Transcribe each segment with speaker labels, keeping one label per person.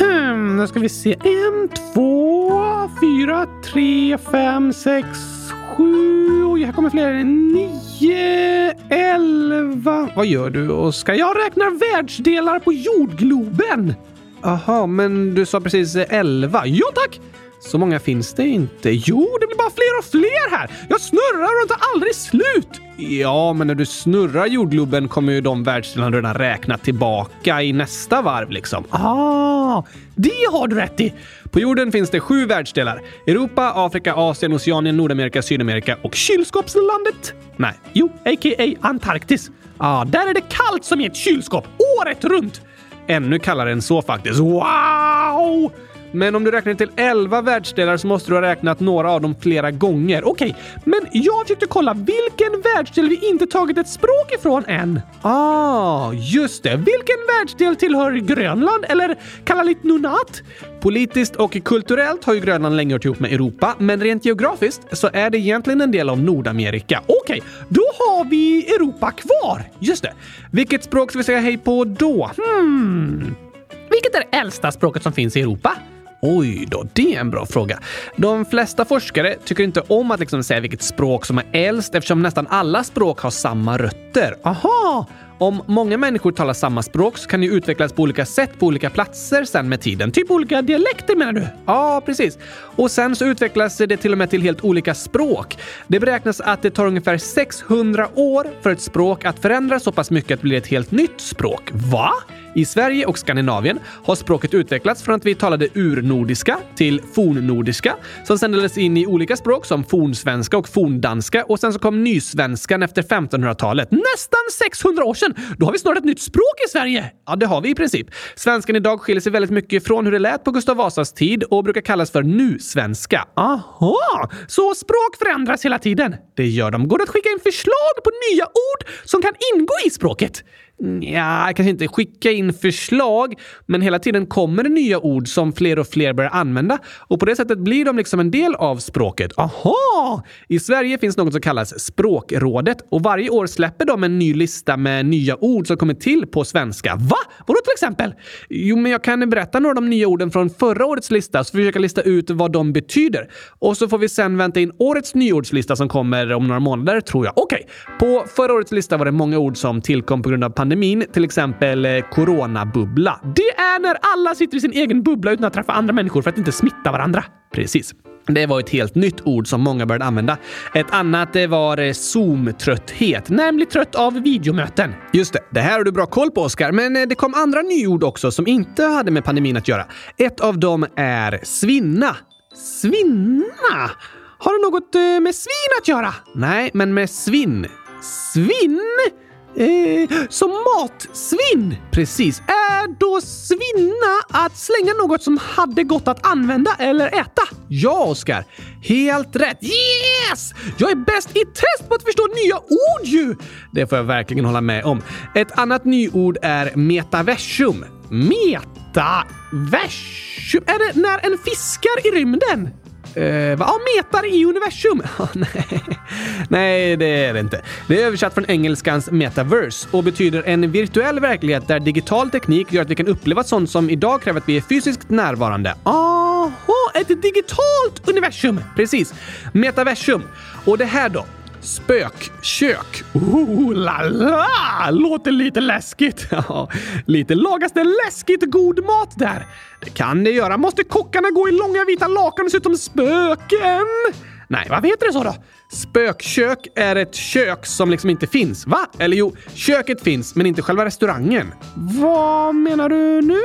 Speaker 1: Nu Hmm, ska vi se. En, två, fyra, tre, fem, sex, sju. Oj, här kommer fler. Nio, elva. Vad gör du, Oskar? Jag räknar världsdelar på jordgloben. Aha, men du sa precis elva. Ja, tack! Så många finns det inte. Jo, det blir bara fler och fler här! Jag snurrar och det tar aldrig slut! Ja, men när du snurrar jordgloben kommer ju de världsdelarna redan räkna tillbaka i nästa varv liksom. Ah, det har du rätt i! På jorden finns det sju världsdelar. Europa, Afrika, Asien, Oceanien, Nordamerika, Sydamerika och kylskåpslandet. Nej, jo, a.k.a. Antarktis. ah, där är det kallt som i ett kylskåp, året runt! Ännu kallare än så faktiskt. Wow! Men om du räknar till 11 världsdelar så måste du ha räknat några av dem flera gånger. Okej, men jag försökte kolla vilken världsdel vi inte tagit ett språk ifrån än. Ah, just det. Vilken världsdel tillhör Grönland eller Kalaallit Nunaat? Politiskt och kulturellt har ju Grönland länge hört ihop med Europa, men rent geografiskt så är det egentligen en del av Nordamerika. Okej, då har vi Europa kvar! Just det. Vilket språk ska vi säga hej på då? Hmm. Vilket är det äldsta språket som finns i Europa? Oj då, det är en bra fråga. De flesta forskare tycker inte om att liksom säga vilket språk som är äldst eftersom nästan alla språk har samma rötter. Aha! Om många människor talar samma språk så kan det ju utvecklas på olika sätt på olika platser sen med tiden. Typ olika dialekter menar du? Ja, precis. Och sen så utvecklas det till och med till helt olika språk. Det beräknas att det tar ungefär 600 år för ett språk att förändras så pass mycket att det blir ett helt nytt språk. Va? I Sverige och Skandinavien har språket utvecklats från att vi talade urnordiska till fornnordiska som sedan delades in i olika språk som fornsvenska och forndanska och sen så kom nysvenskan efter 1500-talet. Nästan 600 år sedan! Då har vi snart ett nytt språk i Sverige! Ja, det har vi i princip. Svenskan idag skiljer sig väldigt mycket från hur det lät på Gustav Vasas tid och brukar kallas för nu-svenska. Aha! Så språk förändras hela tiden? Det gör de. Går det att skicka in förslag på nya ord som kan ingå i språket? Ja, kanske inte skicka in förslag, men hela tiden kommer det nya ord som fler och fler börjar använda och på det sättet blir de liksom en del av språket. Aha! I Sverige finns något som kallas Språkrådet och varje år släpper de en ny lista med nya ord som kommer till på svenska. Va? Vadå till exempel? Jo, men jag kan berätta några av de nya orden från förra årets lista så försöka lista ut vad de betyder. Och så får vi sen vänta in årets nyordslista som kommer om några månader tror jag. Okej, på förra årets lista var det många ord som tillkom på grund av pandemin pandemin, till exempel eh, coronabubbla. Det är när alla sitter i sin egen bubbla utan att träffa andra människor för att inte smitta varandra. Precis. Det var ett helt nytt ord som många började använda. Ett annat det var eh, Zoom-trötthet, nämligen trött av videomöten. Just det, det här har du bra koll på Oskar, men eh, det kom andra nyord också som inte hade med pandemin att göra. Ett av dem är svinna. Svinna? Har det något eh, med svin att göra? Nej, men med svinn. Svinn? Eh, som matsvinn! Precis. Är då svinna att slänga något som hade gått att använda eller äta? Ja, Oskar. Helt rätt. Yes! Jag är bäst i test på att förstå nya ord ju! Det får jag verkligen hålla med om. Ett annat nyord är metaversum. Metaversum? Är det när en fiskar i rymden? Eh, vad? Ja, metare i universum. nej. nej, det är det inte. Det är översatt från engelskans metaverse och betyder en virtuell verklighet där digital teknik gör att vi kan uppleva sånt som idag kräver att vi är fysiskt närvarande. Aha, ett digitalt universum! Precis. Metaversum. Och det här då? Spökkök. Oh la la! Låter lite läskigt. Ja, lite lagas det läskigt god mat där? Det kan det göra. Måste kockarna gå i långa vita lakan och se ut som spöken? Nej, vad heter det så då? Spökkök är ett kök som liksom inte finns, va? Eller jo, köket finns, men inte själva restaurangen. Vad menar du nu?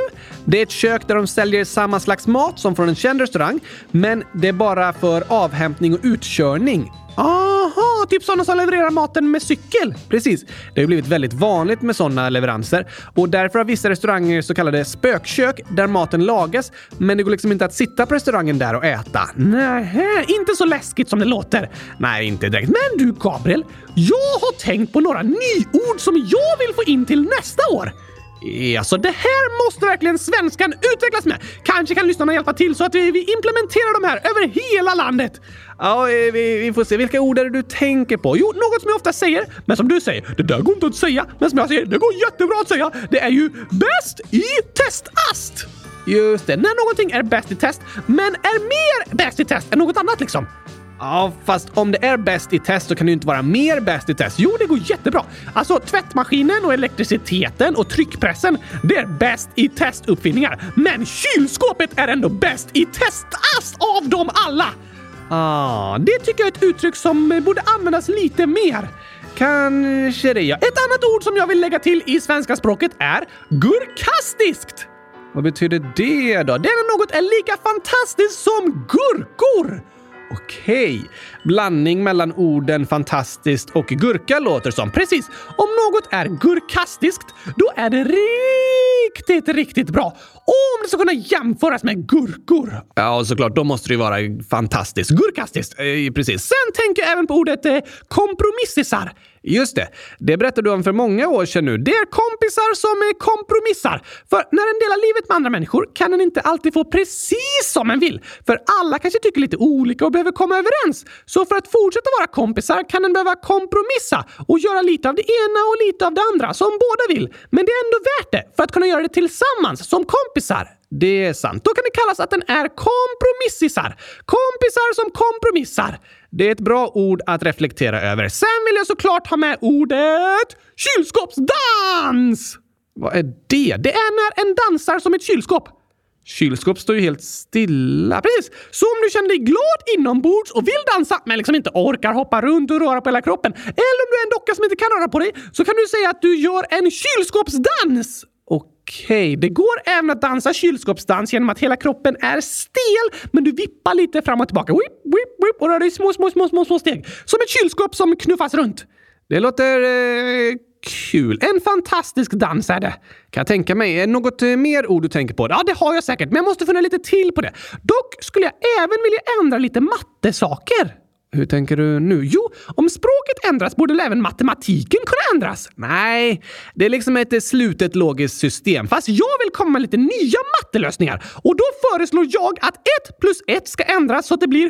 Speaker 1: Det är ett kök där de säljer samma slags mat som från en känd restaurang, men det är bara för avhämtning och utkörning. Aha, typ sådana som levererar maten med cykel? Precis. Det har ju blivit väldigt vanligt med sådana leveranser och därför har vissa restauranger så kallade spökkök där maten lagas men det går liksom inte att sitta på restaurangen där och äta. Nej, inte så läskigt som det låter. Nej, inte direkt. Men du Gabriel, jag har tänkt på några nyord som jag vill få in till nästa år. Alltså, det här måste verkligen svenskan utvecklas med. Kanske kan lyssnarna hjälpa till så att vi, vi implementerar de här över hela landet. Ja, eh, vi, vi får se. Vilka ord är det du tänker på? Jo, något som jag ofta säger, men som du säger, det där går inte att säga. Men som jag säger, det går jättebra att säga. Det är ju bäst i testast! Just det, när någonting är bäst i test, men är mer bäst i test än något annat liksom. Ja, fast om det är bäst i test så kan det ju inte vara mer bäst i test. Jo, det går jättebra. Alltså, tvättmaskinen och elektriciteten och tryckpressen, det är bäst i testuppfinningar. Men kylskåpet är ändå bäst i testast av dem alla! Ah, det tycker jag är ett uttryck som eh, borde användas lite mer. Kanske det, ja. Ett annat ord som jag vill lägga till i svenska språket är gurkastiskt. Vad betyder det då? Det är när något är lika fantastiskt som gurkor! Okej. Blandning mellan orden fantastiskt och gurka låter som. Precis. Om något är gurkastiskt, då är det riktigt, riktigt bra. Om det ska kunna jämföras med gurkor. Ja, såklart. Då måste det ju vara fantastiskt. Gurkastiskt. Eh, precis. Sen tänker jag även på ordet eh, kompromissisar. Just det. Det berättade du om för många år sedan nu. Det är kompisar som är kompromissar. För när en delar livet med andra människor kan en inte alltid få precis som en vill. För alla kanske tycker lite olika och behöver komma överens. Så för att fortsätta vara kompisar kan en behöva kompromissa och göra lite av det ena och lite av det andra som båda vill. Men det är ändå värt det för att kunna göra det tillsammans som kompisar. Det är sant. Då kan det kallas att den är kompromissisar. Kompisar som kompromissar. Det är ett bra ord att reflektera över. Sen vill jag såklart ha med ordet kylskåpsdans! Vad är det? Det är när en dansar som ett kylskåp. Kylskåp står ju helt stilla. Precis! Så om du känner dig glad inombords och vill dansa men liksom inte orkar hoppa runt och röra på hela kroppen. Eller om du är en docka som inte kan röra på dig så kan du säga att du gör en kylskåpsdans! Okej, det går även att dansa kylskåpsdans genom att hela kroppen är stel men du vippar lite fram och tillbaka. Whip, whip, whip, och rör dig i små, små, små, små, små steg. Som ett kylskåp som knuffas runt. Det låter eh, kul. En fantastisk dans är det. Kan jag tänka mig. Är det Något eh, mer ord du tänker på? Ja, det har jag säkert, men jag måste fundera lite till på det. Dock skulle jag även vilja ändra lite mattesaker. Hur tänker du nu? Jo, om språket ändras borde väl även matematiken kunna ändras? Nej, det är liksom ett eh, slutet logiskt system. Fast jag vill komma med lite nya mattelösningar. Och då föreslår jag att 1 plus 1 ska ändras så att det blir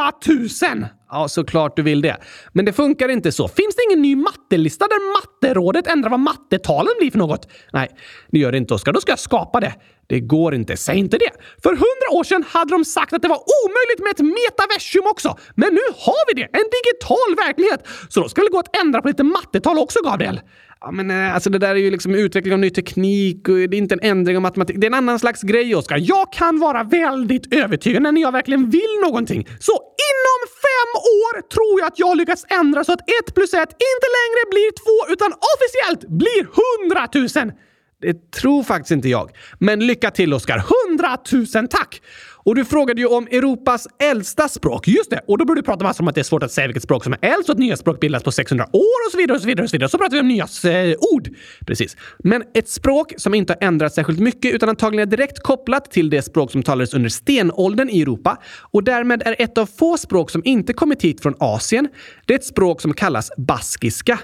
Speaker 1: 100 000. Ja, såklart du vill det. Men det funkar inte så. Finns det ingen ny mattelista där matterådet ändrar vad mattetalen blir för något? Nej, det gör det inte Oskar. Då ska jag skapa det. Det går inte. Säg inte det. För hundra år sedan hade de sagt att det var omöjligt med ett metaversum också. Men nu har vi det! En digital verklighet! Så då ska det gå att ändra på lite mattetal också, Gabriel. Ja, men eh, alltså det där är ju liksom utveckling av ny teknik och det är inte en ändring av matematik. Det är en annan slags grej, Oskar. Jag kan vara väldigt övertygande när jag verkligen vill någonting. Så inom fem år tror jag att jag har lyckats ändra så att ett plus ett inte längre blir två utan officiellt blir hundratusen! Det tror faktiskt inte jag. Men lycka till Oskar! Hundratusen tack! Och du frågade ju om Europas äldsta språk. Just det! Och då började du prata massor om att det är svårt att säga vilket språk som är äldst och att nya språk bildas på 600 år och så vidare. och Så vidare och så vidare. Så pratade vi om nya eh, ord. Precis. Men ett språk som inte har ändrats särskilt mycket utan antagligen är direkt kopplat till det språk som talades under stenåldern i Europa och därmed är ett av få språk som inte kommit hit från Asien. Det är ett språk som kallas baskiska.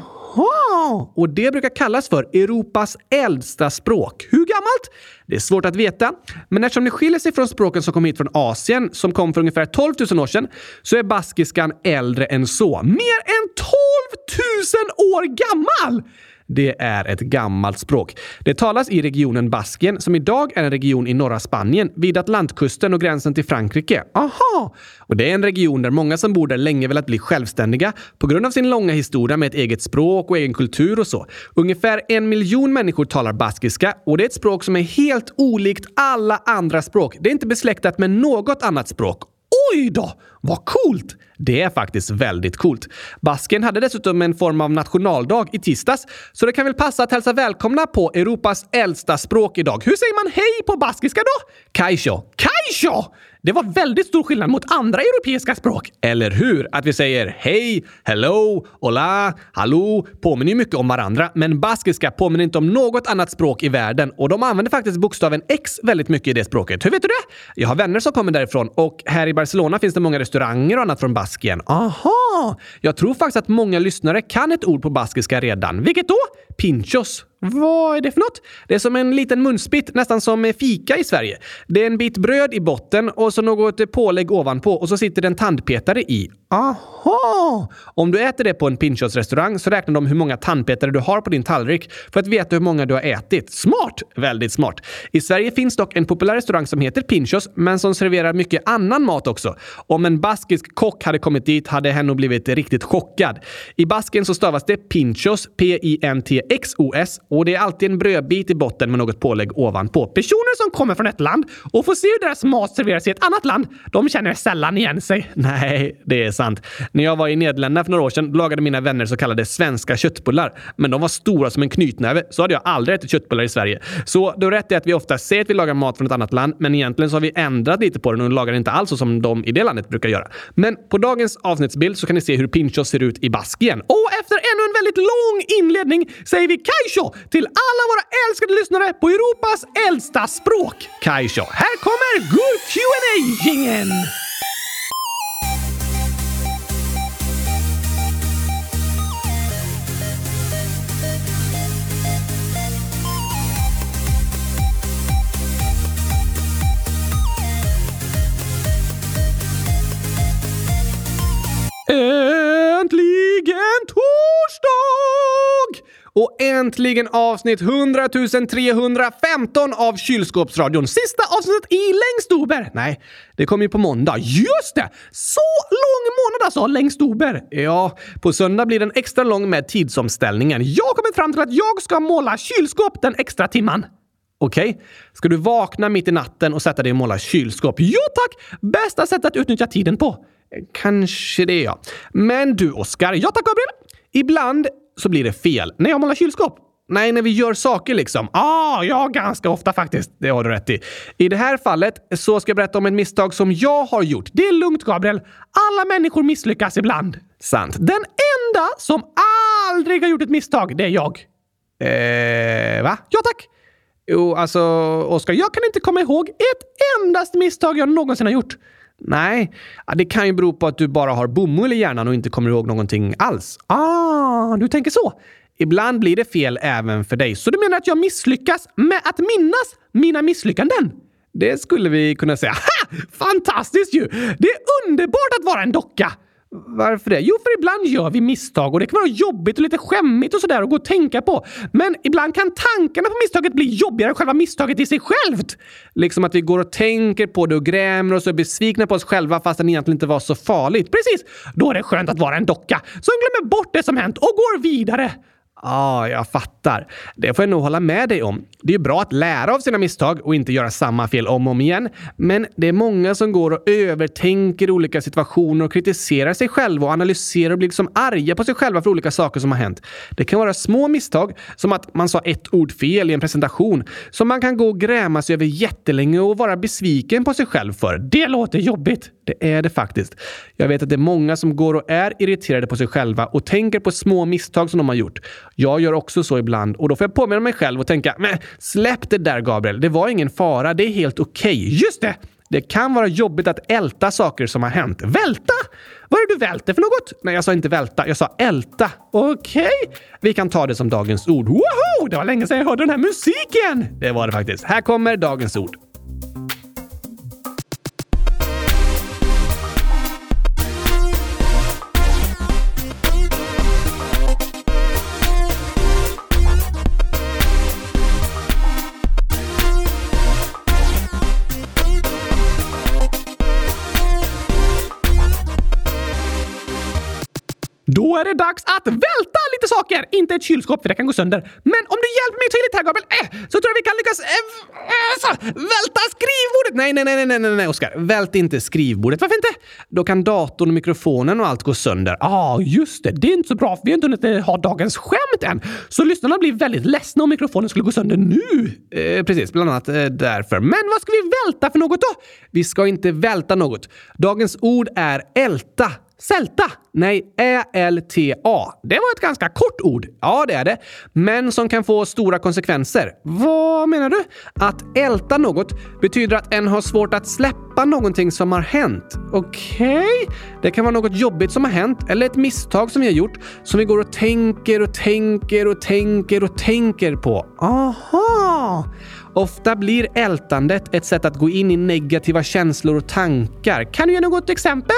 Speaker 1: Aha! Och det brukar kallas för Europas äldsta språk. Hur gammalt? Det är svårt att veta, men eftersom det skiljer sig från språken som kom hit från Asien, som kom för ungefär 12 000 år sedan, så är baskiskan äldre än så. Mer än 12 000 år gammal! Det är ett gammalt språk. Det talas i regionen Baskien, som idag är en region i norra Spanien, vid Atlantkusten och gränsen till Frankrike. Aha! Och det är en region där många som bor där länge velat bli självständiga på grund av sin långa historia med ett eget språk och egen kultur och så. Ungefär en miljon människor talar baskiska och det är ett språk som är helt olikt alla andra språk. Det är inte besläktat med något annat språk Oj då! Vad coolt! Det är faktiskt väldigt coolt. Basken hade dessutom en form av nationaldag i tisdags, så det kan väl passa att hälsa välkomna på Europas äldsta språk idag. Hur säger man hej på baskiska då? Kaisho. Kaisho! Det var väldigt stor skillnad mot andra europeiska språk. Eller hur? Att vi säger hej, hello, hola, hallå påminner ju mycket om varandra, men baskiska påminner inte om något annat språk i världen och de använder faktiskt bokstaven X väldigt mycket i det språket. Hur vet du det? Jag har vänner som kommer därifrån och här i Barcelona finns det många restauranger och annat från Baskien. Aha! Jag tror faktiskt att många lyssnare kan ett ord på baskiska redan. Vilket då? Pinchos. Vad är det för något? Det är som en liten munspit, nästan som fika i Sverige. Det är en bit bröd i botten och så något pålägg ovanpå och så sitter det en tandpetare i. Aha! Om du äter det på en pinnköttsrestaurang så räknar de hur många tandpetare du har på din tallrik för att veta hur många du har ätit. Smart! Väldigt smart. I Sverige finns dock en populär restaurang som heter Pinchos, men som serverar mycket annan mat också. Om en baskisk kock hade kommit dit hade hen nog blivit riktigt chockad. I Basken så stavas det Pinchos, P-I-N-T-X-O-S, och det är alltid en brödbit i botten med något pålägg ovanpå. Personer som kommer från ett land och får se hur deras mat serveras i ett annat land, de känner sällan igen sig. Nej, det är sant. När jag var i Nederländerna för några år sedan lagade mina vänner så kallade svenska köttbullar. Men de var stora som en knytnäve, så hade jag aldrig ätit köttbullar i Sverige. Så du har rätt i att vi ofta säger att vi lagar mat från ett annat land, men egentligen så har vi ändrat lite på den och lagar inte alls så som de i det landet brukar göra. Men på dagens avsnittsbild så kan ni se hur pinchos ser ut i Baskien. Och efter ännu en väldigt lång inledning säger vi Kajsho till alla våra älskade lyssnare på Europas äldsta språk. Kajsho, här kommer Good qa gingen Äntligen torsdag! Och äntligen avsnitt 100 315 av Kylskåpsradion. Sista avsnittet i Längstober! Nej, det kommer ju på måndag. Just det! Så lång månad alltså, Längstober! Ja, på söndag blir den extra lång med tidsomställningen. Jag har kommit fram till att jag ska måla kylskåp den extra timman. Okej, ska du vakna mitt i natten och sätta dig och måla kylskåp? Jo tack! Bästa sättet att utnyttja tiden på. Kanske det, ja. Men du, Oskar. Ja tack, Gabriel. Ibland så blir det fel när jag målar kylskåp. Nej, när vi gör saker liksom. Ah, ja, ganska ofta faktiskt. Det har du rätt i. I det här fallet så ska jag berätta om ett misstag som jag har gjort. Det är lugnt, Gabriel. Alla människor misslyckas ibland. Sant. Den enda som aldrig har gjort ett misstag, det är jag. Eh, va? Ja, tack. Jo, alltså, Oskar, jag kan inte komma ihåg ett endast misstag jag någonsin har gjort. Nej, ja, det kan ju bero på att du bara har bomull i hjärnan och inte kommer ihåg någonting alls. Ah, du tänker så. Ibland blir det fel även för dig. Så du menar att jag misslyckas med att minnas mina misslyckanden? Det skulle vi kunna säga. Ha! Fantastiskt ju! Det är underbart att vara en docka! Varför det? Jo, för ibland gör vi misstag och det kan vara jobbigt och lite skämmigt och sådär att gå och tänka på. Men ibland kan tankarna på misstaget bli jobbigare än själva misstaget i sig självt. Liksom att vi går och tänker på det och grämer oss och är besvikna på oss själva fast det egentligen inte var så farligt. Precis! Då är det skönt att vara en docka som glömmer bort det som hänt och går vidare. Ja, ah, jag fattar. Det får jag nog hålla med dig om. Det är bra att lära av sina misstag och inte göra samma fel om och om igen. Men det är många som går och övertänker olika situationer och kritiserar sig själva och analyserar och blir liksom arga på sig själva för olika saker som har hänt. Det kan vara små misstag, som att man sa ett ord fel i en presentation, som man kan gå och gräma sig över jättelänge och vara besviken på sig själv för. Det låter jobbigt! Det är det faktiskt. Jag vet att det är många som går och är irriterade på sig själva och tänker på små misstag som de har gjort. Jag gör också så ibland och då får jag påminna mig själv och tänka men släpp det där Gabriel, det var ingen fara, det är helt okej. Just det! Det kan vara jobbigt att älta saker som har hänt. Välta? Vad är det du välter för något? Nej, jag sa inte välta, jag sa älta. Okej, vi kan ta det som dagens ord. Woho! Det var länge sedan jag hörde den här musiken! Det var det faktiskt. Här kommer dagens ord. Då är det dags att välta lite saker! Inte ett kylskåp, för det kan gå sönder. Men om du hjälper mig tydligt här, Gabriel, eh, så tror jag vi kan lyckas... Eh, eh, så, välta skrivbordet! Nej, nej, nej, nej, nej, nej, Oskar. Vält inte skrivbordet. Varför inte? Då kan datorn, och mikrofonen och allt gå sönder. Ja, ah, just det. Det är inte så bra, för vi har inte hunnit eh, ha dagens skämt än. Så lyssnarna blir väldigt ledsna om mikrofonen skulle gå sönder nu. Eh, precis, bland annat eh, därför. Men vad ska vi välta för något då? Vi ska inte välta något. Dagens ord är älta. Sälta! Nej, E älta. Det var ett ganska kort ord. Ja, det är det. Men som kan få stora konsekvenser. Vad menar du? Att älta något betyder att en har svårt att släppa någonting som har hänt. Okej? Det kan vara något jobbigt som har hänt eller ett misstag som vi har gjort som vi går och tänker och tänker och tänker och tänker på. Aha! Ofta blir ältandet ett sätt att gå in i negativa känslor och tankar. Kan du ge något exempel?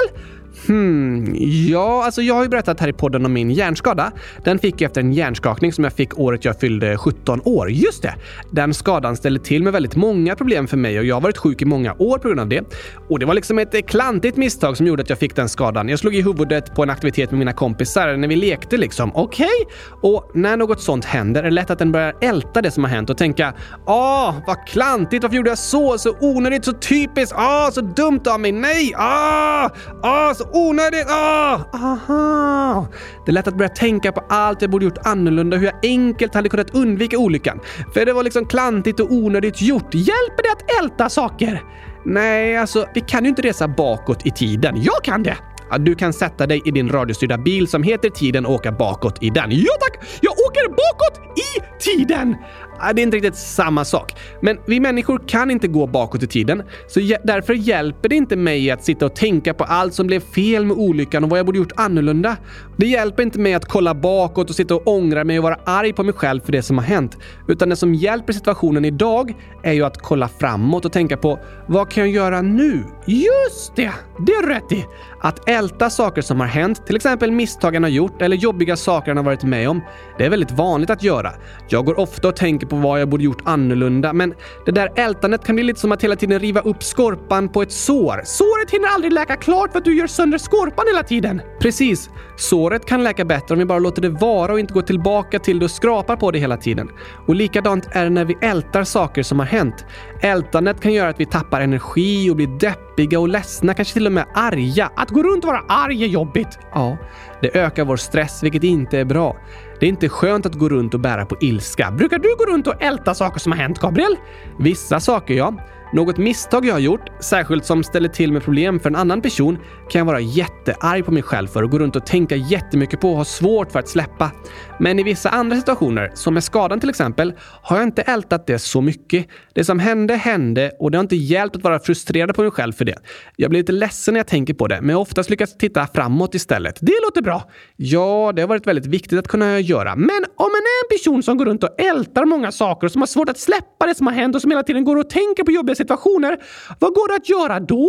Speaker 1: Hmm, ja, alltså jag har ju berättat här i podden om min hjärnskada. Den fick jag efter en hjärnskakning som jag fick året jag fyllde 17 år. Just det! Den skadan ställde till med väldigt många problem för mig och jag har varit sjuk i många år på grund av det. Och det var liksom ett klantigt misstag som gjorde att jag fick den skadan. Jag slog i huvudet på en aktivitet med mina kompisar när vi lekte liksom. Okej? Och när något sånt händer är det lätt att den börjar älta det som har hänt och tänka “Ah, vad klantigt! Varför gjorde jag så? Så onödigt, så typiskt! Ah, så dumt av mig! Nej! Ah! Ah, så onödigt! Ah! Aha! Det är lätt att börja tänka på allt jag borde gjort annorlunda, hur jag enkelt hade kunnat undvika olyckan. För det var liksom klantigt och onödigt gjort. Hjälper det att älta saker? Nej, alltså vi kan ju inte resa bakåt i tiden. Jag kan det! Ja, Du kan sätta dig i din radiostyrda bil som heter Tiden och åka bakåt i den. Ja tack! Jag åker bakåt i tiden! Ja, Det är inte riktigt samma sak. Men vi människor kan inte gå bakåt i tiden, så jä- därför hjälper det inte mig att sitta och tänka på allt som blev fel med olyckan och vad jag borde gjort annorlunda. Det hjälper inte mig att kolla bakåt och sitta och ångra mig och vara arg på mig själv för det som har hänt. Utan det som hjälper situationen idag är ju att kolla framåt och tänka på vad kan jag göra nu? Just det! Det är du rätt i! Att älta saker som har hänt, till exempel misstag han har gjort eller jobbiga saker han har varit med om, det är väldigt vanligt att göra. Jag går ofta och tänker på vad jag borde gjort annorlunda, men det där ältandet kan bli lite som att hela tiden riva upp skorpan på ett sår. Såret hinner aldrig läka klart för att du gör sönder skorpan hela tiden. Precis. Såret kan läka bättre om vi bara låter det vara och inte går tillbaka till det och skrapar på det hela tiden. Och likadant är det när vi ältar saker som har hänt. Ältandet kan göra att vi tappar energi och blir deppiga och ledsna, kanske till och med arga. Att gå runt och vara arg är jobbigt. Ja, det ökar vår stress, vilket inte är bra. Det är inte skönt att gå runt och bära på ilska. Brukar du gå runt och älta saker som har hänt, Gabriel? Vissa saker, ja. Något misstag jag har gjort, särskilt som ställer till med problem för en annan person, kan jag vara jättearg på mig själv för och gå runt och tänka jättemycket på och ha svårt för att släppa. Men i vissa andra situationer, som med skadan till exempel, har jag inte ältat det så mycket. Det som hände, hände och det har inte hjälpt att vara frustrerad på mig själv för det. Jag blir lite ledsen när jag tänker på det, men jag har oftast lyckats titta framåt istället. Det låter bra! Ja, det har varit väldigt viktigt att kunna göra. Men om man är en person som går runt och ältar många saker och som har svårt att släppa det som har hänt och som hela tiden går och tänker på jobbiga situationer, vad går det att göra då?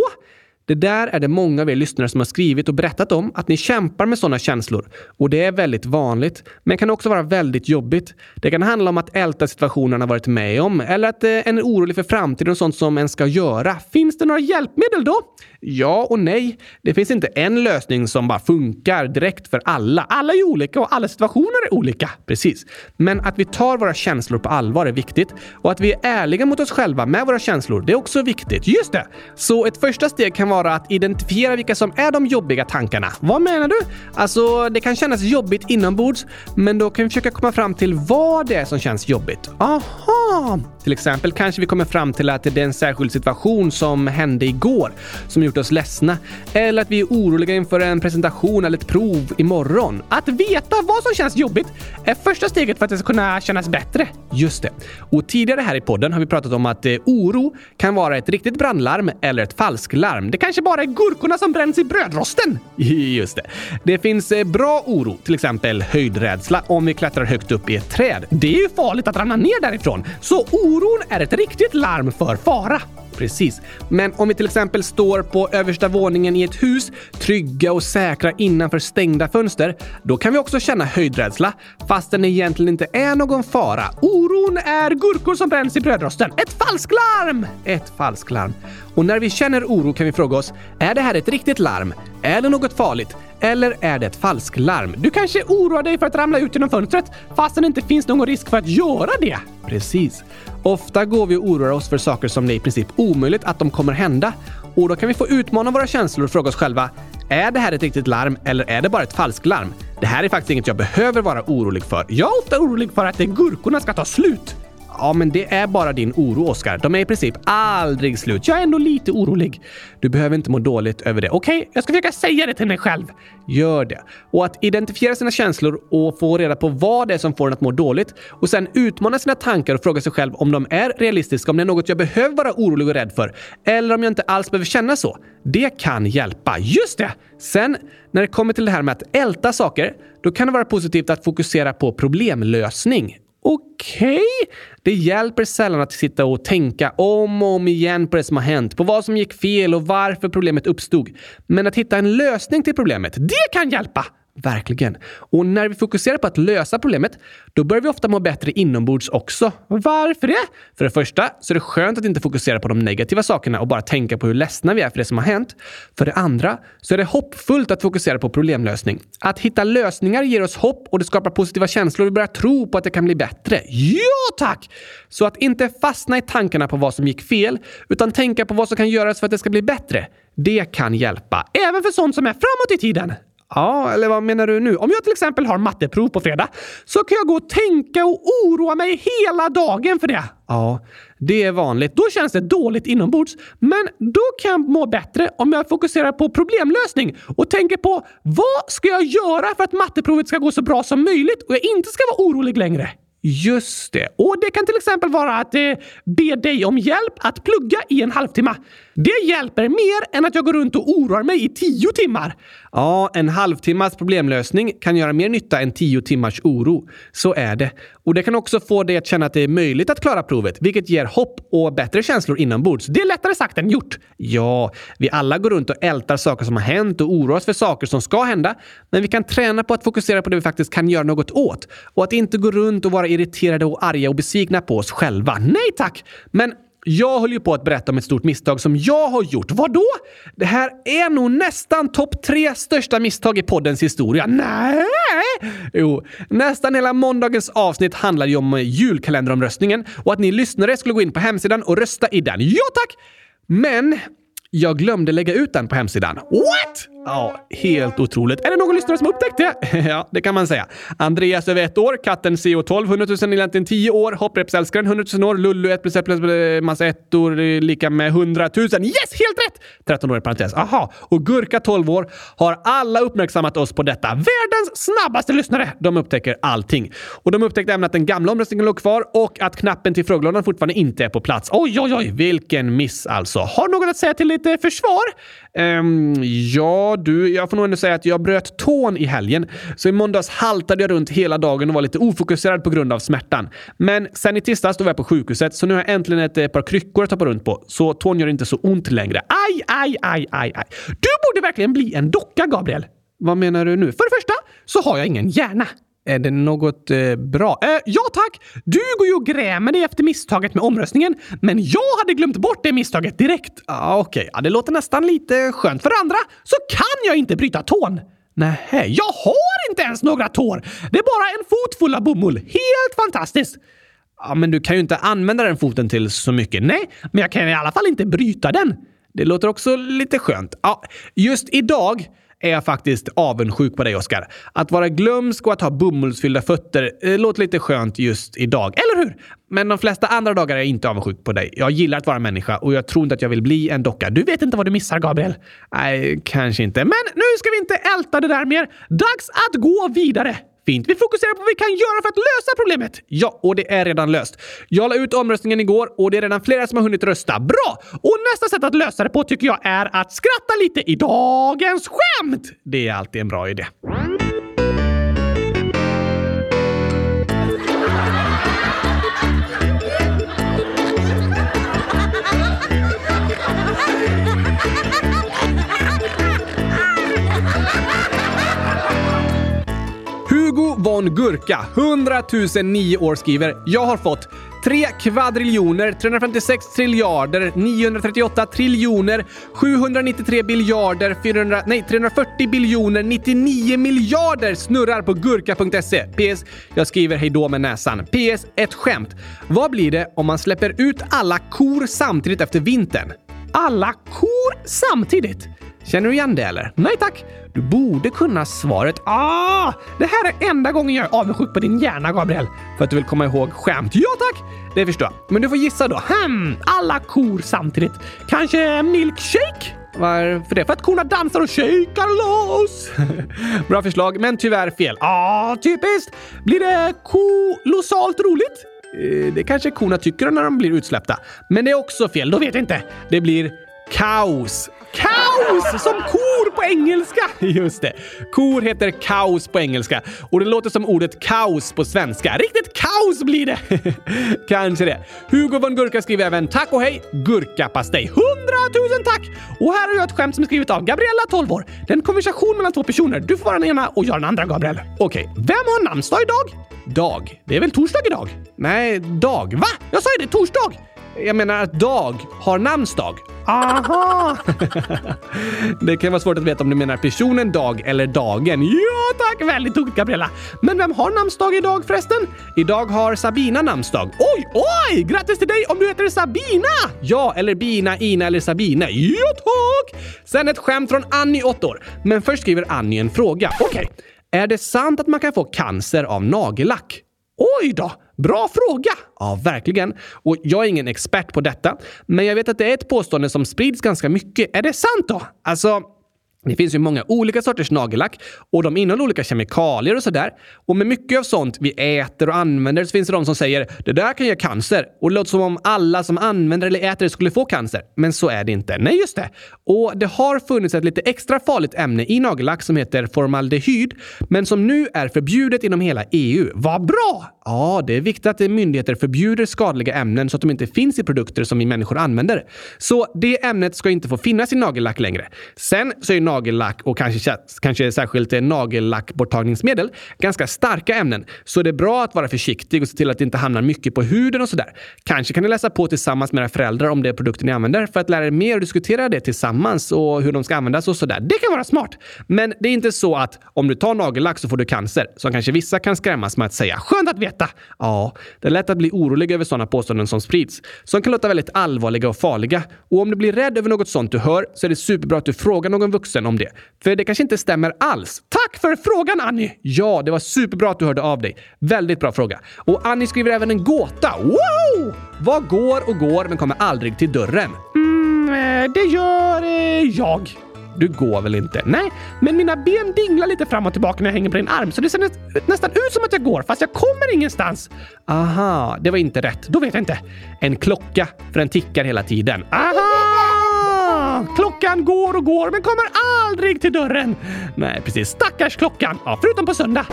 Speaker 1: Det där är det många av er lyssnare som har skrivit och berättat om, att ni kämpar med sådana känslor. Och det är väldigt vanligt, men kan också vara väldigt jobbigt. Det kan handla om att älta situationen har varit med om, eller att eh, en är orolig för framtiden och sånt som en ska göra. Finns det några hjälpmedel då? Ja och nej. Det finns inte en lösning som bara funkar direkt för alla. Alla är olika och alla situationer är olika. Precis. Men att vi tar våra känslor på allvar är viktigt och att vi är ärliga mot oss själva med våra känslor, det är också viktigt. Just det! Så ett första steg kan vara att identifiera vilka som är de jobbiga tankarna. Vad menar du? Alltså, det kan kännas jobbigt inombords, men då kan vi försöka komma fram till vad det är som känns jobbigt. Aha! Till exempel kanske vi kommer fram till att det är en särskild situation som hände igår som gjort oss ledsna. Eller att vi är oroliga inför en presentation eller ett prov imorgon. Att veta vad som känns jobbigt är första steget för att det ska kunna kännas bättre. Just det. Och tidigare här i podden har vi pratat om att eh, oro kan vara ett riktigt brandlarm eller ett falsklarm. Det kanske bara är gurkorna som bränns i brödrosten. Just det. Det finns eh, bra oro, till exempel höjdrädsla om vi klättrar högt upp i ett träd. Det är ju farligt att ramla ner därifrån, så oron är ett riktigt larm för fara. Precis. Men om vi till exempel står på översta våningen i ett hus, trygga och säkra innanför stängda fönster, då kan vi också känna höjdrädsla, fast den egentligen inte är någon fara. Oron är gurkor som bränns i brödrosten. Ett falsklarm! Ett falsklarm. Och när vi känner oro kan vi fråga oss, är det här ett riktigt larm? Är det något farligt? Eller är det ett falsklarm? Du kanske oroar dig för att ramla ut genom fönstret fastän det inte finns någon risk för att göra det? Precis. Ofta går vi och oroar oss för saker som det är i princip omöjligt att de kommer hända. Och då kan vi få utmana våra känslor och fråga oss själva, är det här ett riktigt larm eller är det bara ett falsklarm? Det här är faktiskt inget jag behöver vara orolig för. Jag är ofta orolig för att de gurkorna ska ta slut. Ja, men det är bara din oro, Oskar. De är i princip aldrig slut. Jag är ändå lite orolig. Du behöver inte må dåligt över det. Okej, jag ska försöka säga det till mig själv. Gör det. Och att identifiera sina känslor och få reda på vad det är som får en att må dåligt och sen utmana sina tankar och fråga sig själv om de är realistiska, om det är något jag behöver vara orolig och rädd för eller om jag inte alls behöver känna så. Det kan hjälpa. Just det! Sen, när det kommer till det här med att älta saker, då kan det vara positivt att fokusera på problemlösning. okej. Det hjälper sällan att sitta och tänka om och om igen på det som har hänt, på vad som gick fel och varför problemet uppstod. Men att hitta en lösning till problemet, det kan hjälpa! Verkligen. Och när vi fokuserar på att lösa problemet, då börjar vi ofta må bättre inombords också. Varför det? För det första så är det skönt att inte fokusera på de negativa sakerna och bara tänka på hur ledsna vi är för det som har hänt. För det andra så är det hoppfullt att fokusera på problemlösning. Att hitta lösningar ger oss hopp och det skapar positiva känslor och vi börjar tro på att det kan bli bättre. Ja tack! Så att inte fastna i tankarna på vad som gick fel, utan tänka på vad som kan göras för att det ska bli bättre. Det kan hjälpa, även för sånt som är framåt i tiden. Ja, eller vad menar du nu? Om jag till exempel har matteprov på fredag så kan jag gå och tänka och oroa mig hela dagen för det. Ja, det är vanligt. Då känns det dåligt inombords. Men då kan jag må bättre om jag fokuserar på problemlösning och tänker på vad ska jag göra för att matteprovet ska gå så bra som möjligt och jag inte ska vara orolig längre? Just det. Och det kan till exempel vara att eh, be dig om hjälp att plugga i en halvtimme. Det hjälper mer än att jag går runt och oroar mig i tio timmar. Ja, en halvtimmas problemlösning kan göra mer nytta än tio timmars oro. Så är det. Och det kan också få dig att känna att det är möjligt att klara provet, vilket ger hopp och bättre känslor inombords. Det är lättare sagt än gjort. Ja, vi alla går runt och ältar saker som har hänt och oroar oss för saker som ska hända, men vi kan träna på att fokusera på det vi faktiskt kan göra något åt och att inte gå runt och vara irriterade och arga och besvikna på oss själva. Nej tack! Men jag höll ju på att berätta om ett stort misstag som jag har gjort. Vadå? Det här är nog nästan topp tre största misstag i poddens historia. Nej! Jo, nästan hela måndagens avsnitt handlar ju om eh, julkalenderomröstningen och att ni lyssnare skulle gå in på hemsidan och rösta i den. Ja tack! Men jag glömde lägga ut den på hemsidan. What? Ja, helt otroligt. Är det någon lyssnare som har upptäckt det? ja, det kan man säga. Andreas över ett år, katten CO12, 100 000 egentligen 10 år, hopprepsälskaren 100 000 år, Lullu 1 plus 1 plus eh, massa ettor eh, lika med 100 000. Yes, helt rätt! 13 år i parentes. Aha. Och Gurka 12 år har alla uppmärksammat oss på detta. Världens snabbaste lyssnare! De upptäcker allting. Och de upptäckte även att den gamla omröstningen låg kvar och att knappen till frågelådan fortfarande inte är på plats. Oj, oj, oj, vilken miss alltså. Har någon att säga till lite försvar? Ehm, ja, du, jag får nog ändå säga att jag bröt tån i helgen, så i måndags haltade jag runt hela dagen och var lite ofokuserad på grund av smärtan. Men sen i tisdags då var jag på sjukhuset, så nu har jag äntligen ett eh, par kryckor att hoppa runt på, så tån gör inte så ont längre. Aj, aj, aj, aj, aj. Du borde verkligen bli en docka, Gabriel. Vad menar du nu? För det första så har jag ingen hjärna. Är det något eh, bra? Eh, ja tack! Du går ju och grämer dig efter misstaget med omröstningen, men jag hade glömt bort det misstaget direkt. Ah, Okej, ja, det låter nästan lite skönt. För det andra så kan jag inte bryta tån. Nähä, jag har inte ens några tår! Det är bara en fot full av bomull. Helt fantastiskt! Ja, men du kan ju inte använda den foten till så mycket. Nej, men jag kan i alla fall inte bryta den. Det låter också lite skönt. Ja, just idag är jag faktiskt avundsjuk på dig, Oskar. Att vara glömsk och att ha bomullsfyllda fötter eh, låter lite skönt just idag, eller hur? Men de flesta andra dagar är jag inte avundsjuk på dig. Jag gillar att vara människa och jag tror inte att jag vill bli en docka. Du vet inte vad du missar, Gabriel. Nej, kanske inte. Men nu ska vi inte älta det där mer. Dags att gå vidare! Fint. Vi fokuserar på vad vi kan göra för att lösa problemet. Ja, och det är redan löst. Jag la ut omröstningen igår och det är redan flera som har hunnit rösta. Bra! Och nästa sätt att lösa det på tycker jag är att skratta lite i dagens skämt. Det är alltid en bra idé. Hugo von Gurka, 100 009 år, skriver “Jag har fått 3 kvadriljoner, 356 triljarder, 938 triljoner, 793 biljarder, 400, nej, 340 biljoner, 99 miljarder snurrar på gurka.se. PS. Jag skriver hejdå med näsan. PS. Ett skämt. Vad blir det om man släpper ut alla kor samtidigt efter vintern? Alla kor samtidigt? Känner du igen det eller? Nej tack! Du borde kunna svaret. Ah! Det här är enda gången jag är avundsjuk på din hjärna, Gabriel. För att du vill komma ihåg skämt. Ja tack! Det förstår jag. Men du får gissa då. Hmm, alla kor samtidigt. Kanske milkshake? Varför det? För att korna dansar och shakar loss! Bra förslag, men tyvärr fel. Ah, typiskt! Blir det kolossalt roligt? Eh, Det kanske korna tycker när de blir utsläppta. Men det är också fel, då vet jag inte. Det blir kaos. Kaos! Som kor på engelska! Just det. Kor heter kaos på engelska och det låter som ordet kaos på svenska. Riktigt kaos blir det! Kanske det. Hugo von Gurka skriver även tack och hej, gurkapastej. Hundratusen tack! Och här har jag ett skämt som är skrivet av Gabriella, 12 år. Det är en konversation mellan två personer. Du får vara den ena och jag den andra, Gabriel. Okej, vem har namnsdag idag? Dag. Det är väl torsdag idag? Nej, dag. Va? Jag sa ju det, torsdag! Jag menar att Dag har namnsdag. Aha! det kan vara svårt att veta om du menar personen Dag eller dagen. Ja tack! Väldigt tokigt Gabriella. Men vem har namnsdag idag förresten? Idag har Sabina namnsdag. Oj, oj! Grattis till dig om du heter Sabina! Ja, eller Bina, Ina eller Sabine. Ja tack! Sen ett skämt från Annie, 8 år. Men först skriver Annie en fråga. Okej. Är det sant att man kan få cancer av nagellack? Oj då! Bra fråga! Ja, verkligen. Och jag är ingen expert på detta, men jag vet att det är ett påstående som sprids ganska mycket. Är det sant då? Alltså, det finns ju många olika sorters nagellack och de innehåller olika kemikalier och sådär. Och med mycket av sånt vi äter och använder så finns det de som säger “det där kan ge cancer” och det låter som om alla som använder eller äter det skulle få cancer. Men så är det inte. Nej, just det. Och det har funnits ett lite extra farligt ämne i nagellack som heter formaldehyd, men som nu är förbjudet inom hela EU. Vad bra! Ja, det är viktigt att myndigheter förbjuder skadliga ämnen så att de inte finns i produkter som vi människor använder. Så det ämnet ska inte få finnas i nagellack längre. Sen så är nagellack och kanske, kanske särskilt eh, nagellackborttagningsmedel ganska starka ämnen. Så det är bra att vara försiktig och se till att det inte hamnar mycket på huden och sådär. Kanske kan ni läsa på tillsammans med era föräldrar om det är produkten ni använder för att lära er mer och diskutera det tillsammans och hur de ska användas och sådär. Det kan vara smart. Men det är inte så att om du tar nagellack så får du cancer, som kanske vissa kan skrämmas med att säga. Skönt att veta! Ja, det är lätt att bli orolig över sådana påståenden som sprids, som kan låta väldigt allvarliga och farliga. Och om du blir rädd över något sånt du hör så är det superbra att du frågar någon vuxen om det. För det kanske inte stämmer alls. Tack för frågan Annie! Ja, det var superbra att du hörde av dig. Väldigt bra fråga. Och Annie skriver även en gåta. Wow! Vad går och går men kommer aldrig till dörren? Mm, det gör eh, jag. Du går väl inte? Nej, men mina ben dinglar lite fram och tillbaka när jag hänger på din arm så det ser nä- nästan ut som att jag går fast jag kommer ingenstans. Aha, det var inte rätt. Då vet jag inte. En klocka, för den tickar hela tiden. Aha! Klockan går och går men kommer aldrig till dörren. Nej, precis. Stackars klockan. Ja, förutom på söndag.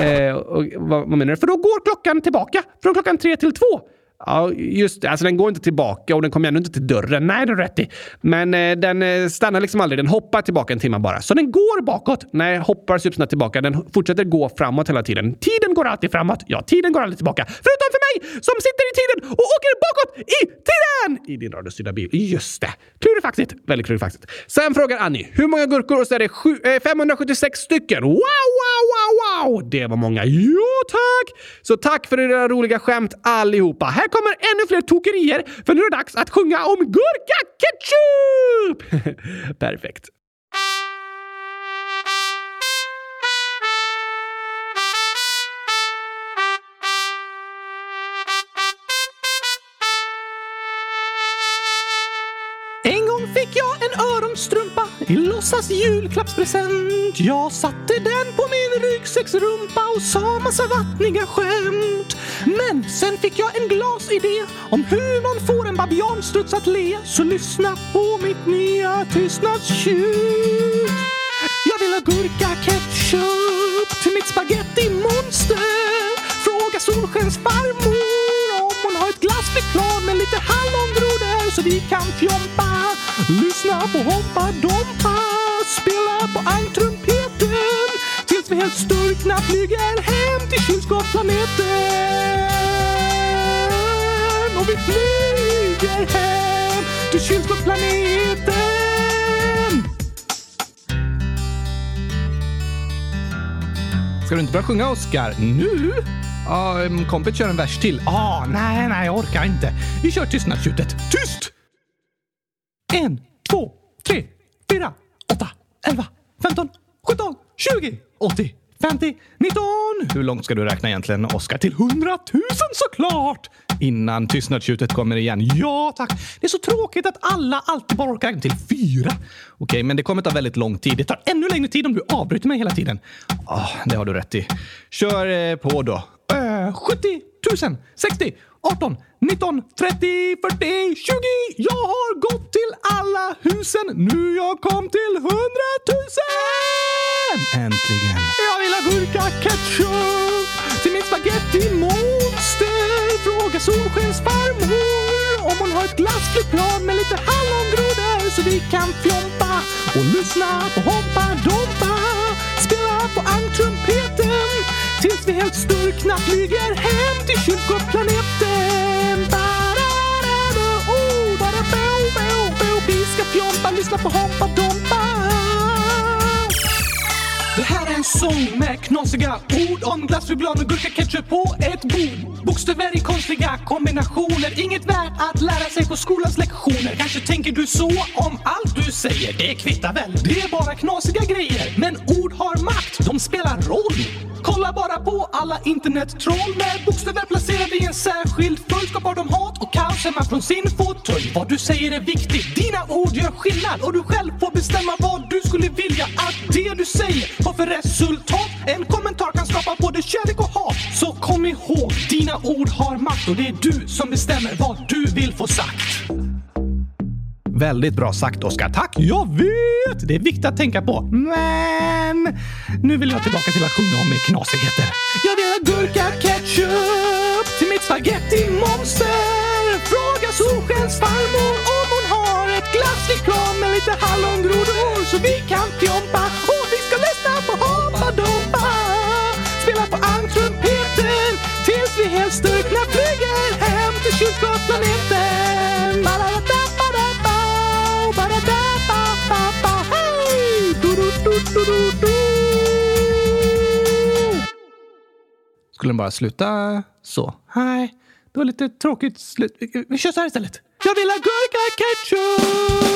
Speaker 1: Eh, och, vad, vad menar du? För då går klockan tillbaka från klockan tre till två. Ja, just det. Alltså den går inte tillbaka och den kommer ändå inte till dörren. Nej, det har du rätt i. Men eh, den eh, stannar liksom aldrig. Den hoppar tillbaka en timme bara. Så den går bakåt. Nej, hoppar supersnabbt tillbaka. Den fortsätter gå framåt hela tiden. Tiden går alltid framåt. Ja, tiden går aldrig tillbaka. Förutom för mig som sitter i tiden och åker bakåt i tiden! I din radiostyrda bil. Just det. Klurifaxigt. Väldigt klurifaxigt. Sen frågar Annie, hur många gurkor? Och så är det sju, eh, 576 stycken. Wow, wow, wow, wow! Det var många. Jo, tack! Så tack för era roliga skämt allihopa. Här kommer ännu fler tokerier, för nu är det dags att sjunga om gurka ketchup! Perfekt. En gång fick jag en öronstrumpa i låtsas julklappspresent. Jag satte den på min ryggsäcksrumpa och sa massa vattniga skämt. Men sen fick jag en glasidé om hur man får en babianstruts att le. Så lyssna på mitt nya tystnadstjut. Jag vill ha gurka ketchup till mitt spagettimonster. Fråga Solskens farmor om hon har ett glassflygplan med lite hallongrodor så vi kan fjompa. Lyssna på Hoppa Dompa, spela på almtrumpeten tills vi helt sturkna flyger hem till kylskåpsplaneten. Och vi flyger hem till kylskåpsplaneten. Ska du inte börja sjunga, Oscar? Nu? Ja, um, kompet kör en vers till. Ah, nej, nej, jag orkar inte. Vi kör tystnadstjutet. Tyst! En, två, tre, fyra, åtta, elva, femton, sjutton, tjugo, åttio, femtio, nitton. Hur långt ska du räkna egentligen, Oskar? Till hundratusen såklart! Innan tystnadstjutet kommer igen. Ja, tack. Det är så tråkigt att alla alltid bara orkar räkna till fyra. Okej, men det kommer ta väldigt lång tid. Det tar ännu längre tid om du avbryter mig hela tiden. Ah, det har du rätt i. Kör eh, på då. Eh, 70 000, 60, 18, 19, 30, 40, 20. Jag har gått till alla hus
Speaker 2: tusen, nu jag kom till hundratusen! Äntligen!
Speaker 1: Jag vill ha gurka ketchup till mitt spaghetti monster. Fråga Solskens farmor om hon har ett glassflygplan med lite hallongrodor så vi kan fjompa och lyssna på Hoppa Dompa. Spela på ankrumpeten tills vi helt styrkna flyger hem till kylskåpsplaneten. Ba-da-da-da, oh, ba-da-bo, bo, bo. Vi ska fjompa, lyssna på Hoppa Dompa. Det här är en sång med knasiga ord om glassflygblad och gurkaketchup på ett bord. Bokstäver i konstiga kombinationer, inget värt att lära sig på skolans lektioner. Kanske tänker du så om allt du säger, det kvittar väl, det är bara knasiga grejer. Men ord har makt, de spelar roll. Kolla bara på alla internettroll med bokstäver placerade i en särskild följd skapar de hat och kaos hemma från sin fåtölj. Vad du säger är viktigt, dina ord gör skillnad och du själv får bestämma vad du skulle vilja att det du säger har för resultat. En kommentar kan skapa både kärlek och hat. Så kom ihåg, dina ord har makt och det är du som bestämmer vad du vill få sagt. Väldigt bra sagt, Oskar. Tack! Jag vet! Det är viktigt att tänka på. Men nu vill jag tillbaka till att sjunga om knasigheter. Jag vill ha gurka ketchup till mitt spagettimonster. Fråga Solskens farmor om hon har ett glasslikör med lite hallongrodor så vi kan fjompa och vi ska lyssna på Hoppa Dompa. Spela på ankrumpeten tills vi helt styrkna flyger hem till kylskåpsplaneten. Ba-da-da-ba-da-ba, ba-da-da-ba-ba-ba, hej! Du-du-du-du-du-du. Skulle den bara sluta så? Nej, det var lite tråkigt slut. Vi- Vi kör så här istället. Jag vill ha gurka ketchup!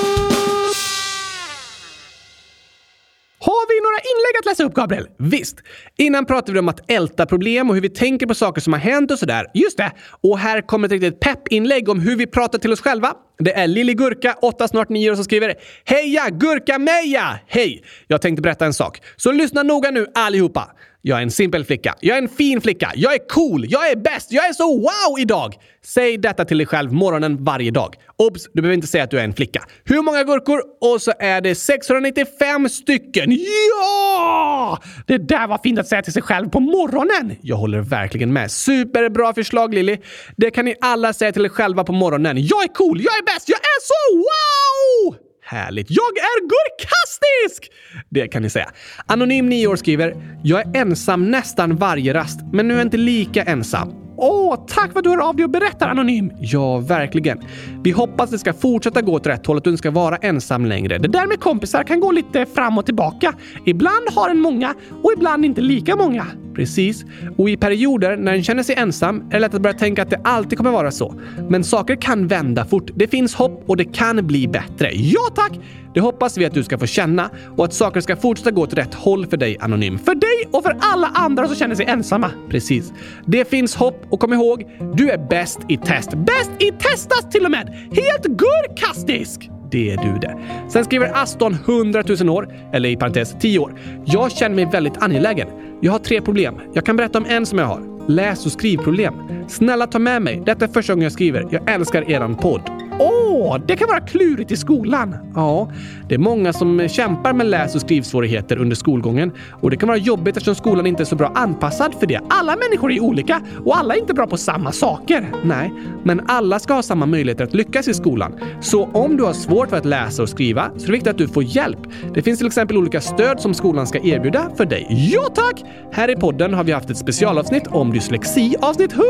Speaker 2: Har vi några inlägg att läsa upp, Gabriel?
Speaker 1: Visst, innan pratade vi om att älta problem och hur vi tänker på saker som har hänt och sådär. Just det! Och här kommer ett riktigt peppinlägg om hur vi pratar till oss själva. Det är Lilly Gurka, 8 snart 9 år, som skriver Heja Gurkameja! Hej! Jag tänkte berätta en sak. Så lyssna noga nu allihopa. Jag är en simpel flicka. Jag är en fin flicka. Jag är cool. Jag är bäst. Jag är så wow idag! Säg detta till dig själv morgonen varje dag. Obs! Du behöver inte säga att du är en flicka. Hur många gurkor? Och så är det 695 stycken. Ja! Det där var fint att säga till sig själv på morgonen. Jag håller verkligen med. Superbra förslag Lilly. Det kan ni alla säga till er själva på morgonen. Jag är cool. Jag är bäst. Jag är så wow! Härligt. Jag är gurkastisk! Det kan ni säga. Anonym 9 år skriver “Jag är ensam nästan varje rast, men nu är jag inte lika ensam. Åh, tack för att du hör av dig och berättar Anonym! Ja, verkligen. Vi hoppas det ska fortsätta gå åt rätt håll, att du inte ska vara ensam längre. Det där med kompisar kan gå lite fram och tillbaka. Ibland har en många och ibland inte lika många. Precis. Och i perioder när en känner sig ensam är det lätt att börja tänka att det alltid kommer vara så. Men saker kan vända fort. Det finns hopp och det kan bli bättre. Ja tack! Det hoppas vi att du ska få känna och att saker ska fortsätta gå åt rätt håll för dig Anonym. För dig och för alla andra som känner sig ensamma. Precis. Det finns hopp och kom ihåg, du är bäst i test. Bäst i testas till och med! Helt gurkastisk! Det är du det. Sen skriver Aston 100 000 år, eller i parentes 10 år. Jag känner mig väldigt angelägen. Jag har tre problem. Jag kan berätta om en som jag har. Läs och skrivproblem. Snälla ta med mig. Detta är första gången jag skriver. Jag älskar eran podd. Åh, det kan vara klurigt i skolan. Ja, det är många som kämpar med läs och skrivsvårigheter under skolgången och det kan vara jobbigt eftersom skolan inte är så bra anpassad för det. Alla människor är olika och alla är inte bra på samma saker. Nej, men alla ska ha samma möjligheter att lyckas i skolan. Så om du har svårt för att läsa och skriva så är det viktigt att du får hjälp. Det finns till exempel olika stöd som skolan ska erbjuda för dig. Ja tack! Här i podden har vi haft ett specialavsnitt om dyslexi, avsnitt 100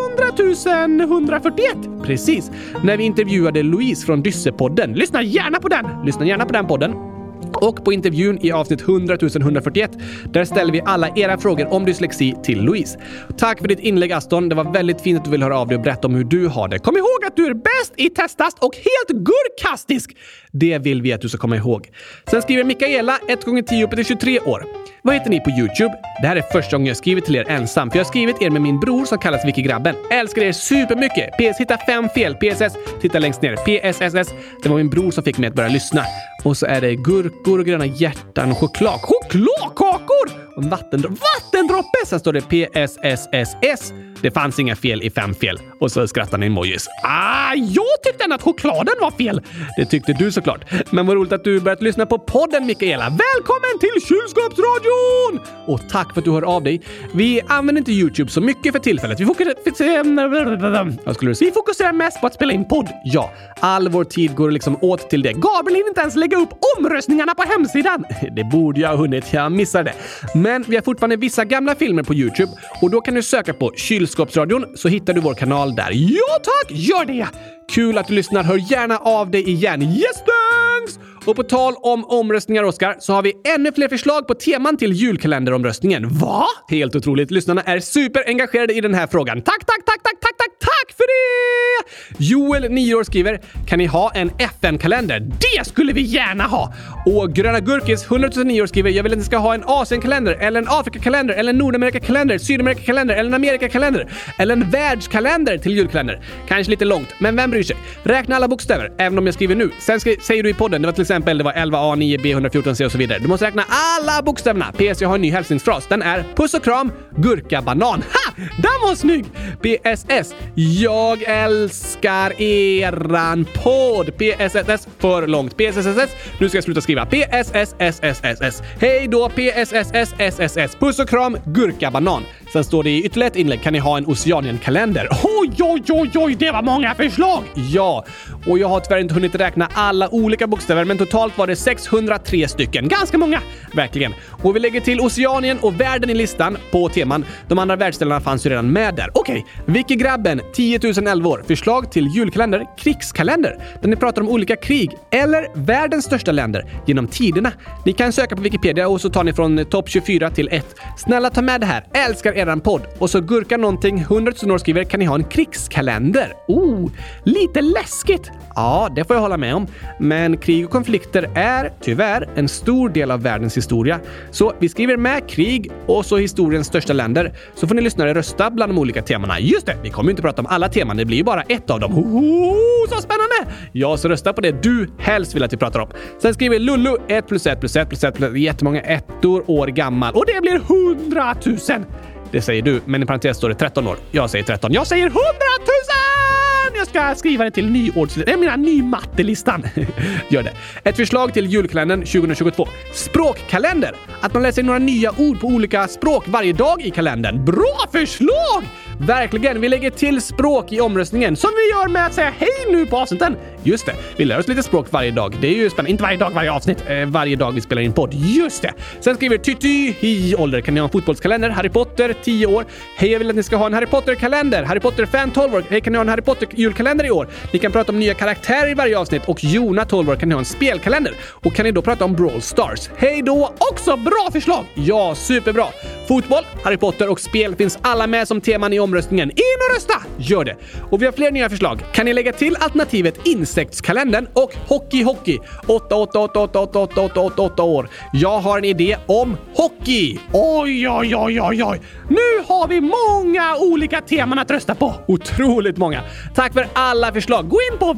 Speaker 1: 141. Precis, när vi intervjuade Louise från Dyssepodden. Lyssna gärna på den! Lyssna gärna på den podden. Och på intervjun i avsnitt 100 141, där ställer vi alla era frågor om dyslexi till Louise. Tack för ditt inlägg Aston, det var väldigt fint att du vill höra av dig och berätta om hur du har det. Kom ihåg att du är bäst i testast och helt gurkastisk! Det vill vi att du ska komma ihåg. Sen skriver Mikaela, 1 gånger 10 upp till 23 år. Vad heter ni på YouTube? Det här är första gången jag skrivit till er ensam, för jag har skrivit er med min bror som kallas Vicky Grabben. Älskar er supermycket! PS. Hitta fem fel. PSS. Titta längst ner. PSSS. Det var min bror som fick mig att börja lyssna. Och så är det gurkor, gröna hjärtan och choklad. Chokladkakor! Och vattendro- vattendroppe! Sen står det PSSSS. Det fanns inga fel i fem fel. Och så skrattar ni emojis. Ah, jag tyckte ändå att chokladen var fel! Det tyckte du såklart. Men vad roligt att du börjat lyssna på podden, Mikaela. Välkommen till Kylskåpsradion! Och tack för att du hör av dig. Vi använder inte YouTube så mycket för tillfället. Vi fokuserar... Vad skulle du säga? Vi fokuserar mest på att spela in podd, ja. All vår tid går liksom åt till det. Gabriel hinner inte ens lägga upp omröstningarna på hemsidan. Det borde jag ha hunnit, jag missade det. Men vi har fortfarande vissa gamla filmer på YouTube och då kan du söka på Kylskåpsradion så hittar du vår kanal där. Ja tack, gör det! Kul att du lyssnar. Hör gärna av dig igen. Yes thanks! Och på tal om omröstningar, Oskar, så har vi ännu fler förslag på teman till julkalenderomröstningen. Va? Helt otroligt. Lyssnarna är superengagerade i den här frågan. Tack, tack, tack, tack, tack, tack, tack för det! Joel, 9 år, skriver “Kan ni ha en FN-kalender? Det skulle vi gärna ha!” Och Gröna Gurkis, 100 009 år, skriver “Jag vill att ni ska ha en Asienkalender, eller en Afrikakalender, eller en Nordamerikakalender, Sydamerikakalender, eller en Amerikakalender, eller en världskalender till julkalender. Kanske lite långt, men vem bryr sig? Räkna alla bokstäver, även om jag skriver nu. Sen skri- säger du i podden, det var till exempel det var 11A, 9B, 114C och så vidare. Du måste räkna alla bokstäverna. PS, jag har en ny hälsningsfras. Den är puss och kram, gurka, banan. Ha! Den var snygg! PSS, jag älskar eran podd. PSSS, för långt. PSSSS, nu ska jag sluta skriva. PSSSSSS. Hej då PSSSSSS. Puss och kram, gurka, banan. Sen står det i ytterligare ett inlägg, kan ni ha en Oceanien-kalender? Oj, oj, oj, oj, det var många förslag! Ja, och jag har tyvärr inte hunnit räkna alla olika bokstäver, men totalt var det 603 stycken. Ganska många, verkligen. Och vi lägger till Oceanien och världen i listan på teman. De andra världsdelarna fanns ju redan med där. Okej, Vicky Grabben, 10 011 år. Förslag till julkalender, krigskalender, där ni pratar om olika krig eller världens största länder genom tiderna. Ni kan söka på Wikipedia och så tar ni från eh, topp 24 till 1. Snälla ta med det här, älskar eran podd. Och så gurka någonting, 100 000 år skriver, kan ni ha en krigskalender? Oh, lite läskigt! Ja, det får jag hålla med om. Men krig och konflikter är, tyvärr, en stor del av världens historia. Så vi skriver med krig och så historiens största länder. Så får ni lyssnare rösta bland de olika temana. Just det, vi kommer ju inte prata om alla teman, det blir ju bara ett av dem. Oh, så spännande! Ja, så rösta på det du helst vill att vi pratar om. Sen skriver Lulu 1 plus 1 plus 1 plus 1 plus jättemånga ettor år gammal och det blir 100 000! Det säger du, men i parentes står det 13 år. Jag säger 13. Jag säger 100 000! Jag ska skriva det till nyårslistan. Jag menar nymattelistan. Gör det. Ett förslag till julkalendern 2022. Språkkalender! Att man läser in några nya ord på olika språk varje dag i kalendern. Bra förslag! Verkligen! Vi lägger till språk i omröstningen som vi gör med att säga hej nu på avsnitten. Just det, vi lär oss lite språk varje dag. Det är ju spännande. Inte varje dag, varje avsnitt. Eh, varje dag vi spelar in podd. Just det! Sen skriver Tyty hi ålder. Kan ni ha en fotbollskalender? Harry Potter 10 år. Hej, jag vill att ni ska ha en Harry Potter-kalender. Harry Potter-fan 12 år. Hej, kan ni ha en Harry Potter-julkalender i år? Ni kan prata om nya karaktärer i varje avsnitt och Jona 12 år kan ni ha en spelkalender. Och kan ni då prata om Brawl Stars? Hej då! Också bra förslag! Ja, superbra! Fotboll, Harry Potter och spel finns alla med som teman i omröstningen. In och rösta! Gör det! Och vi har fler nya förslag. Kan ni lägga till alternativet insektskalendern och hockey hockey? 8, 8, 8, 8, 8, 8, 8, 8, 8 år. Jag har en idé om hockey! Oj, oj, oj, oj, oj! Nu har vi många olika teman att rösta på. Otroligt många. Tack för alla förslag. Gå in på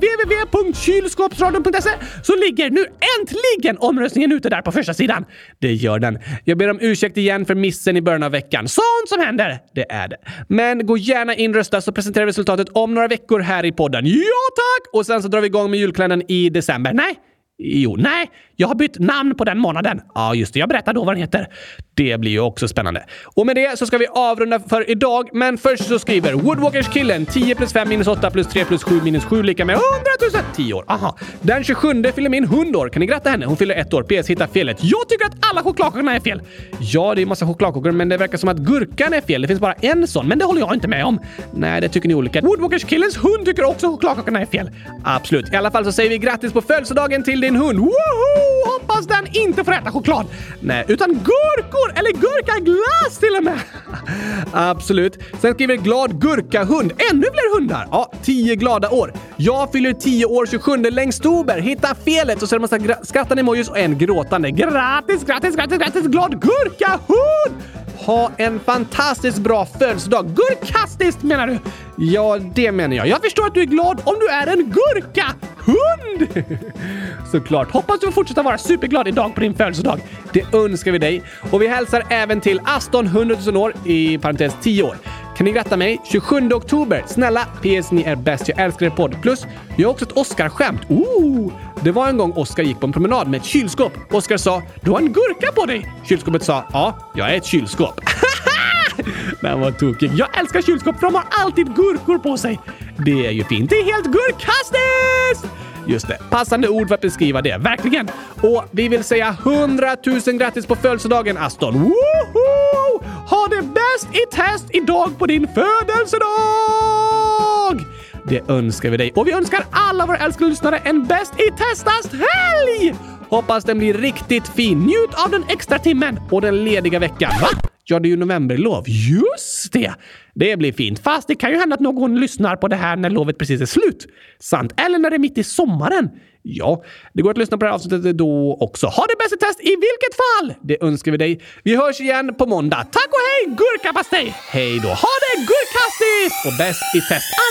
Speaker 1: www.kylskåpsradion.se så ligger nu äntligen omröstningen ute där på första sidan. Det gör den. Jag ber om ursäkt igen för missen i början av veckan. Sånt som händer, det är det. Men gå gärna in, rösta så presenterar vi resultatet om några veckor här i podden. Ja tack! Och sen så drar vi igång med julkalendern i december. Nej, Jo, nej, jag har bytt namn på den månaden. Ja, just det. Jag berättar då vad den heter. Det blir ju också spännande. Och med det så ska vi avrunda för idag, men först så skriver Woodwalkers-killen 10 plus 5 minus 8 plus 3 plus 7 minus 7 lika med 100 000 10 år. Aha. Den 27 fyller min hund år. Kan ni gratta henne? Hon fyller ett år. PS. Hitta felet. Jag tycker att alla chokladkakorna är fel. Ja, det är massa chokladkakor, men det verkar som att gurkan är fel. Det finns bara en sån, men det håller jag inte med om. Nej, det tycker ni olika. Woodwalkers-killens hund tycker också chokladkakorna är fel. Absolut. I alla fall så säger vi grattis på födelsedagen till din hund. Woho! Hoppas den inte får äta choklad. Nej, utan gurkor eller gurkaglass till och med. Absolut. Sen skriver glad gurkahund. Ännu fler hundar. Ja, tio glada år. Jag fyller tio år 27 längstober. Hitta felet och så är det massa gra- skrattande emojis och en gråtande. Grattis, grattis, grattis, grattis glad gurkahund! Ha en fantastiskt bra födelsedag. Gurkastiskt menar du? Ja, det menar jag. Jag förstår att du är glad om du är en gurkahund! Såklart. Hoppas du får fortsätta vara superglad idag på din födelsedag. Det önskar vi dig. Och vi hälsar även till Aston 100 000 år, i parentes 10 år. Kan ni gratta mig? 27 oktober. Snälla! PS. Ni är bäst. Jag älskar er podd. Plus, jag har också ett Oscar-skämt. Ooh! Det var en gång Oscar gick på en promenad med ett kylskåp. Oscar sa “Du har en gurka på dig!” Kylskåpet sa “Ja, jag är ett kylskåp.” Den var tokig. Jag älskar kylskåp för de har alltid gurkor på sig. Det är ju fint. Det är helt gurkastiskt! Just det. Passande ord för att beskriva det. Verkligen! Och vi vill säga 100 000 grattis på födelsedagen, Aston! Woho! Ha det bäst i test idag på din födelsedag! Det önskar vi dig och vi önskar alla våra älskade lyssnare en bäst i testast helg! Hoppas den blir riktigt fin. Njut av den extra timmen och den lediga veckan. Va? Ja, det är ju novemberlov. Just det! Det blir fint. Fast det kan ju hända att någon lyssnar på det här när lovet precis är slut. Sant. Eller när det är mitt i sommaren. Ja, det går att lyssna på det här avsnittet då också. Ha det bäst i test i vilket fall! Det önskar vi dig. Vi hörs igen på måndag. Tack och hej, gurkapastej! Hej då! Ha det gurkastiskt! Och bäst i test.